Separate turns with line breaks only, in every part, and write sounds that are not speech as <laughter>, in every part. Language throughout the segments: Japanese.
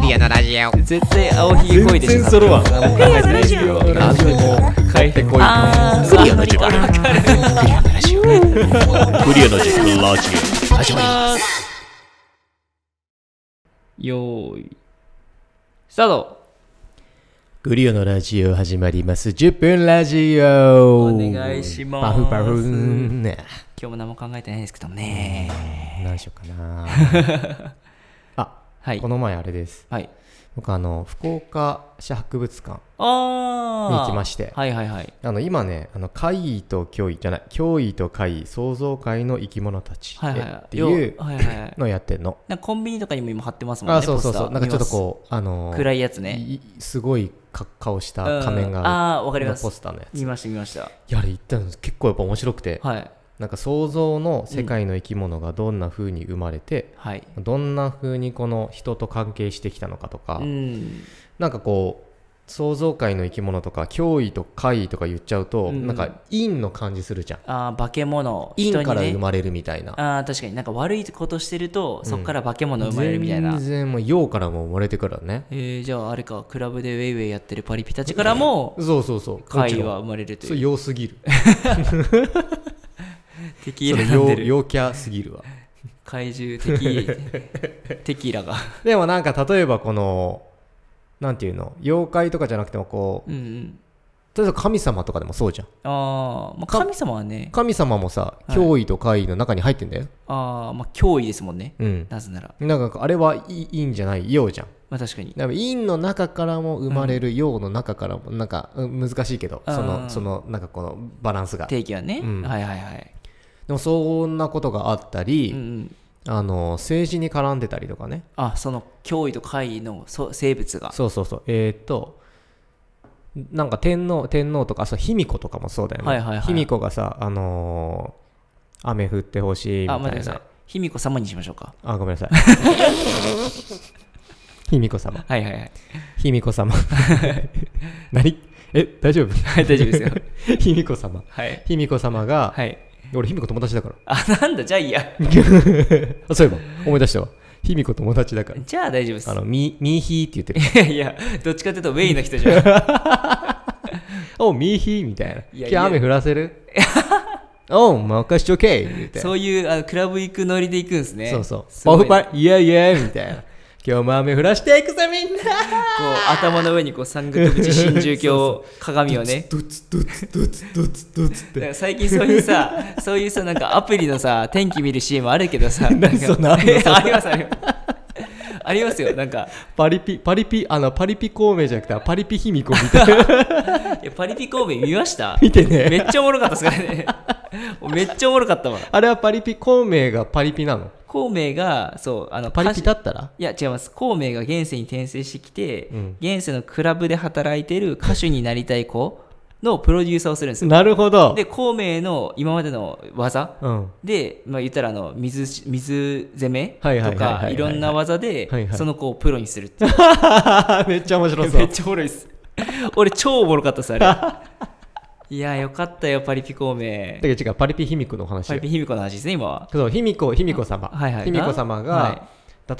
リアのラジオ
絶対青ひげこいでしょ
全然揃わん
あもう考えてないですけど
ラジオ
書いてこい
あー
クリアの時間
わかる
クリアの時間ラジ
よーいスタート
グリオのラジオ始まります。10分ラジオ
お願いします
パフパフね。
今日も何も考えてないですけどね
何しようかな。あ、
はい
この前あれです。
はい
僕あの、福岡市博物館
あ
に
あ
行きまして、
はいはいはい
あの、今ね、あの、怪異と脅威じゃない、脅威と怪異、創造界の生き物たち
はいはい
っていう
よはいはいはい
のをやってんの。
なんかコンビニとかにも今貼ってますもんね
あ、そうそうそう。
ポスタ
な
ー
んかちょっとこう、あの、
暗いやつね
いすごいか顔した
うん
仮面がある。
ああーわかります
ポスターのやつ。
見ました見ました
いや、あれ行ったんです。結構やっぱ面白くて。
はい
なんか想像の世界の生き物がどんな風に生まれて、
はい
どんな風にこの人と関係してきたのかとか、
うん
なんかこう想像界の生き物とか脅威と怪異とか言っちゃうと、
うん
なんか陰の感じするじゃん
ああ化け物
陰
人に
から
ね
生まれるみたいな、
ああ確かになんか悪いことしてるとそっから化け物生まれるみたいな、
全然もう陽からも生まれてからね
えー、じゃああれかクラブでウェイウェイやってるパリピたちからも
そうそうそうもち
会
ろん
は生まれると
そ
いうう
陽すぎる
敵
そ
選
れ
ん
陽
でる
陽キャすぎるわ
怪獣
<laughs>
敵テキーラが
でもなんか例えばこのなんていうの妖怪とかじゃなくてもこう
うんうん
例えば神様とかでもそうじゃん
あー、まあ
か
神様はね
神様もさ
い
脅威と怪異の中に入ってんだよ、
あー、まあ脅威ですもんね
うん
なぜなら
なんかあれはいいいいんじゃない陽じゃん
まあ確かに
だから陰の中からも生まれる陽の中からもなんか、うん難しいけど
あー
そのそのなんかこのバランスがで
定義はね、
うん
はいはいはい
もそんなことがあったり、
うんうん
あの政治に絡んでたりとかね
あその脅威と怪異のそ生物が
そうそうそうえーっとなんか天皇天皇とかそう卑弥呼とかもそうだよね、
はいはいはい
卑弥呼がさあのー雨降ってほしいみた
あ
い
待ってくださ
ない
卑弥呼様にしましょうか
あごめんなさい <laughs> 卑弥呼様
はいはいはい
卑弥呼様 <laughs> 何え大丈夫 <laughs>
はい大丈夫ですよ
卑弥呼様
はい
卑弥呼様が、
はい
俺卑弥呼友達だから
あなんだじゃあいいや
あそういえば思い出したわ卑弥呼友達だから
じゃあ大丈夫です
あのミミーヒーって言
<laughs>
ってる
いやいや、どっちかというとウェイの人じゃん。
おミーヒーみたいない
やいや
今日雨降らせる
<laughs>
お任しとけみたいな
そういうあのクラブ行くノリで行くんですね。
そうそう
す
パ
ご
フ
いね
パイイエイイエイみたいな今日も雨降らしていくぜみ
<laughs>
ん
こ
な
う頭の上にこう三角口真珠鏡鏡をね。
ドツドツドツドツドツっ
なん
て
か最近そういうさ、そういうさ、なんかアプリのさ、天気見る CM あるけどさ、なんか
そんなあんの
えありますあります。ありますよ、なんか、
パリピパリピあのパリピ孔明じゃなくてパリピ卑弥呼みたいな
いやパリピ孔明見ました
見てね
めっちゃおもろかったっすからね。めっちゃおもろかったわ。
あれはパリピ孔明がパリピなの
孔明が、そう、あの、
パリピだった
<laughs>
ら
いや違います孔明が現世に転生してきて、
うん
現世のクラブで働いてる歌手になりたい子のプロデューサーをするんですよ
なるほど
で孔明の今までの技
うん
で、まあ、言ったらあの水水攻め
はいはい
と
はいはいは
か
いはい
いろんな技で
はいはい
その子をプロにするっていう
めっちゃ
<laughs>
面白そ
めっ
う
ちゃおもろいっす俺超おもろかったっす
<laughs>
あれいやよかったよパリピ孔明
だけど違うパリピ卑弥呼の話
パ
よ
リピ卑弥呼の話ですね今は
そう卑弥呼卑弥呼様
はいはい
卑弥呼様が、
は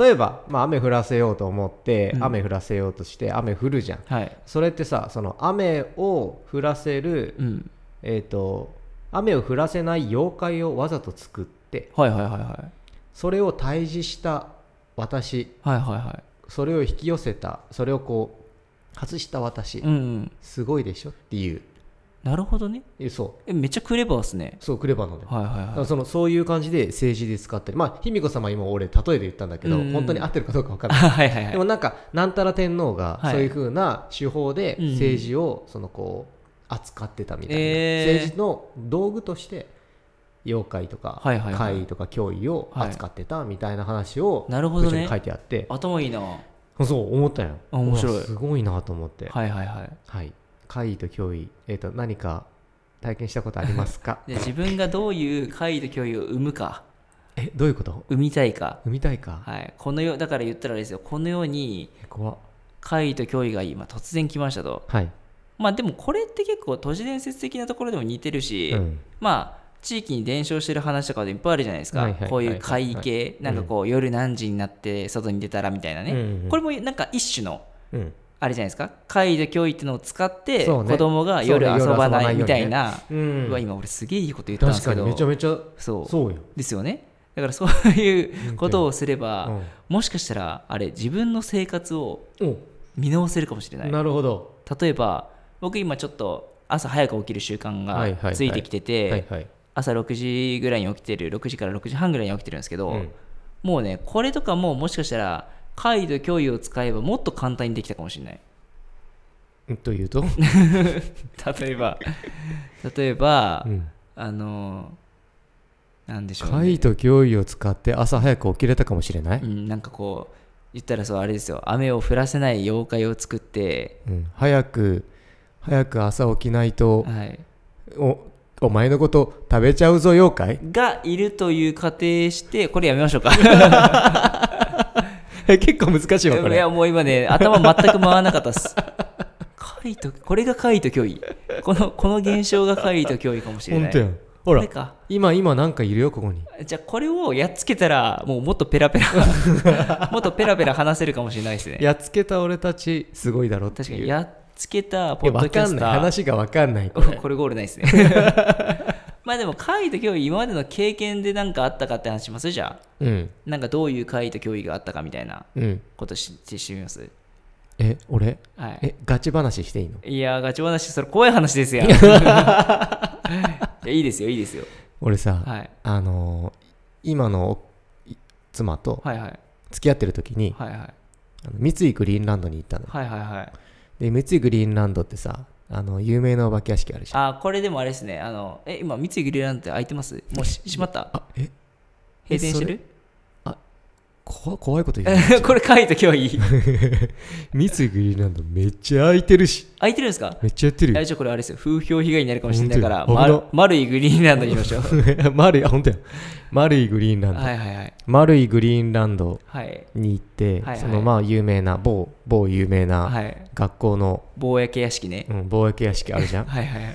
例えば、まあ、雨降らせようと思って、
うん
雨降らせようとして雨降るじゃん
はい
それってさその雨を降らせる、
うん
えっ、と雨を降らせない妖怪をわざと作って
はいはいはいはい
それを退治した私
はいはいは
それを引き寄せたそれをこう外した私、
いうんうん
すごいでしょっていう
なるほどね
えそう
えめっちゃクレバーっすね
そうクレバーなのよ
はいはいはい
だからそのそういう感じで政治で使ったりまあ卑弥呼様今俺例えで言ったんだけど、
うんうん
本当に合ってるかどうか分かんない
あ <laughs> はいはいはい。
でもなんかなんたら天皇が
はい
そういう風な手法で
うん
政治をそのこう扱ってたみたいな、
えー
政治の道具として妖怪とか
はいはいはい
怪異とか脅威を扱ってたみたいな話を
なるほ
部
ど
長に
ね
書。いてあって、
頭いいな。は
そう思ったよ
あ面白いう
わすごいなと思って
い
はい、
はいはい。
怪異と脅威、えー、と何か体験したことありますか
で自分がどういう怪異と脅威を生むか、
<laughs> えどういうこと
生みたいか。
産みたいか、
はい。この世、だから言ったらあれですよ。このように
え怖っ
怪異と脅威が今突然来ましたと。
はい、
まあでもこれって結構都市伝説的なところでも似てるし、
うん
まあ地域に伝承してる話とかでいっぱいあるじゃないです
は
か
いはいはいはい
こういう会議系なんかこう夜何時になって外に出たらみたいな
うん
ね
うん
これもなんか一種の
うん
あれじゃないですか会と教育っていうのを使って
そう
子
ね
供が夜遊
そうね
ばな
夜遊ばないよ
い
うにね
みたいな
うん
うわ今俺すげえいいこと言ったんです
確
け
かに
ど
めちゃめちゃ
そう
そうよ
ですよねだからそういうことをすれ
う
ば
ん
もしかしたらあれ自分の生活を
お
見直せるかもしれない
なるほど
例えば僕今ちょっと朝早く起きる習慣
はいはいは
が
い
ついてきて
はい
て
はい
朝6時ぐらいに起きてる6時から6時半ぐらいに起きてるんですけど、
うん
もうねこれとかももしかしたら回と共有を使えばもっと簡単にできたかもしれない <laughs>
うんと <laughs> いうと
例え
<laughs>
ば例えば、
うん
あのなんでしょうね、、
会と脅威を使って朝早く起きれたかもしれないう
ん、なんかこう言ったらそうあれですよ雨を降らせない妖怪を作って、
うん、早く早く朝起きないと
はい、
おお前のこと食べちゃうぞ妖怪 <laughs>
がいるという仮定してこれやめましょうか
え結構難しいわこ
い
れ
やもう今ね頭全く回らなかったっす怪異とこれが怪異と脅威このこの現象が怪異と脅威かもしれな
本
い
当やんほ
こ
ら
れか
今今なんかいるよここに
じゃあこれをやっつけたらもうもっとペラペ
<laughs>
ラもっとペラペラ話せるかもしれないですね
やっつけた俺たちすごいだろっていう
確かにやっつけた
い
ポ
や
ッド
わ
キャ
かん
ス
ない
ター
話がわかんないこ
<laughs> こ
れ
れゴールないで
<laughs>
すねまあでも会と脅威今までの経験で何かあったかって話しますじゃあ
うん
なんかどういう会と脅威があったかみたいな
うん
ことししてしてみます
え俺
はい
えガチ話していいの
いやーガチ話それ怖い話ですや
<laughs>
んいやいいですよいいですよ、
俺さ、
はい、
あのー今のい妻と
はいはい
付き合ってる時に、
はいはい
あの三井グリーンランドに行ったの
はいはいはい
で三井グリーンランドってさあの有名なお化け屋敷あるじゃん
あーこれでもあれですねあのえ今三井グリーンランドって開いてますもうし閉まった
あえ
閉店してる
こ怖いこ
<laughs>
と言う
これ会と脅
<laughs>
威
三井グリーンランドめっちゃ空いてるし
開いてるんですか
めっちゃやってるよ
大丈夫これあれですよ風評被害になるかもしれないから
本当よ危な
丸丸いグリーンランドにしましょう
<laughs> 丸いあ本当や丸いグリーンランド、
はいはいはい
丸いグリーンランド
はい
に行って、
はいはい
そのまあ有名な某某有名な
はい
学校の、
貿易屋敷ね
うん、貿易屋敷あるじゃん
はいはいはい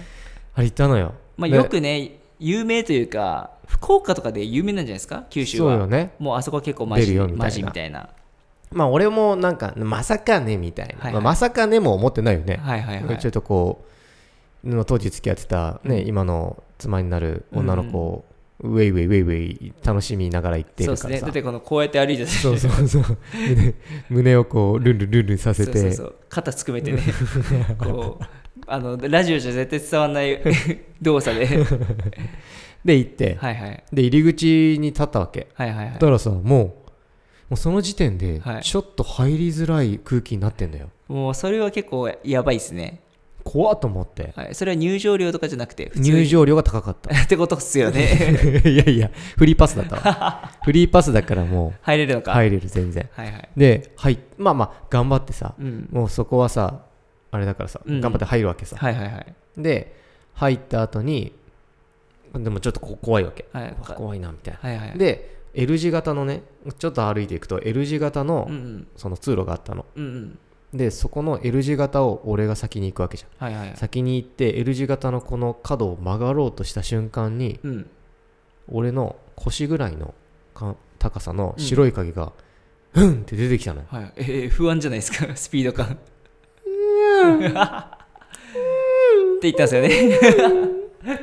あれ行ったのよ
まあ
で
よくね有名というか福岡とかで有名なんじゃないですか九州
そうよ
は
ね
もうあそこは結構マジ
出るよみたいな
マジみたいな
まあ俺もなんかまさかねみたいな、
はいはい
まあまさかねも思ってないよね、
はいはいはい
ちょっとこうの当時付き合ってた、ね今の妻になる女の子を、ウェイウェイウェイウェイ楽しみながら行って
そう
る
です
から
ね
さ
だってこのこうやって歩いてて
そうそうそう胸胸をこうルンルンルンルンさせて
そうそうそう肩つくめてね <laughs> こうあのラジオじゃ絶対伝わんない
<laughs>
動作で
で行って、
はいはい
で入り口に立ったわけ
はいはいはい
だからさもうもうその時点で
はい
ちょっと入りづらい空気になってんだよ、
もうそれは結構やばいですね、
怖っと思って
はい、それは入場料とかじゃなくて普通
入
に
場料が高かっ
<laughs>
た <laughs>
ってことっすよね
いやいやフリーパスだった
<laughs>
わフリーパスだからも
入れるの
う
か、
入れる全然
はいはい
で、はい、まあまあ頑張ってさ、
うん
もうそこはさあれだからさ、
うん
頑張って入るわけさ
はいはいはい
で入った後にでもちょっとこ怖いわけ
はいう
わ怖いなみたいな、
はいはい
で L 字型のねちょっと歩いていくと L 字型の、
うんうん
その通路があったの
うんうん
でそこの L 字型を俺が先に行くわけじゃん
はいはいはい
先に行って L 字型のこの角を曲がろうとした瞬間に
うん
俺の腰ぐらいのか高さの白い影が、うん、って出てきたのよ
はいえー不安じゃないですか <laughs> スピード感って言ったんですよね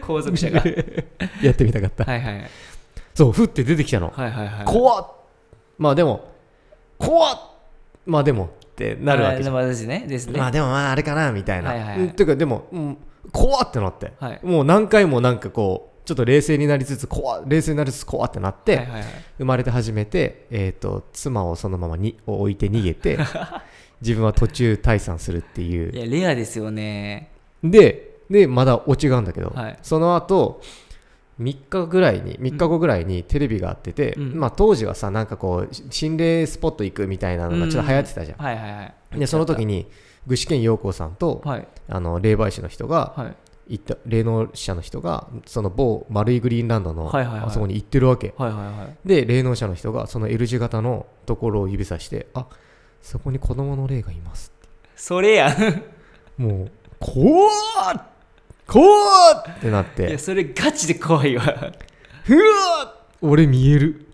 後続
<laughs>
車がはい
<laughs> やってみたかった
はいはい
<laughs> そうふって出てきたの
はいはいはい
怖っまあでも怖っまあでもってなるわけじゃん
あーですねですね
まあでもまああれかなみたいな、
はいはいはい
うんていうかでも、うん、怖ってなって、
はい
もう何回もなんかこうちょっと冷静になりつつ怖っ冷静になりつつ怖ってなって、
はいはいはい
生まれて初めて、えー、と妻をそのままに置いて逃げて
<laughs>
自分は途中退散するっていう
いやレアですよね
ででまだオチがあるんだけど、
はい
その後3日ぐらいに3日後ぐらいにテレビがあってて、
うん
まあ、当時はさなんかこうし心霊スポット行くみたいなのがちょっと流行ってたじゃん、
はいはいはい
でその時に具志堅用高さんと、
はい
あの霊媒師の人が
はい
行った霊能者の人がその某丸いグリーンランドの、
はいはいはい
あそこに行ってるわけ
はいはいはい
で霊能者の人がその L 字型のところを指さしてあそこに子供の霊がいます
それやん
もう怖っこーってなっ
いや
て
それガチで怖いわ
ふわー俺見える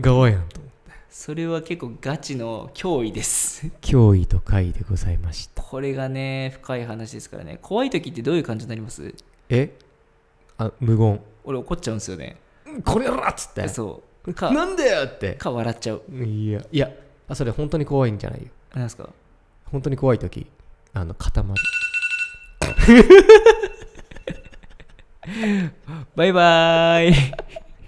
側やんと
それは結構ガチの脅威です
脅威と快でございました
これがね深い話ですからね怖い時ってどういう感じになります
えあ無言
俺怒っちゃうんですよね
これやろっつって
そうか
なんだよって
か笑っちゃう
いやいやあそれ本当に怖いんじゃないよ
なんですか
本当に怖い時あの固まる
バイバーイ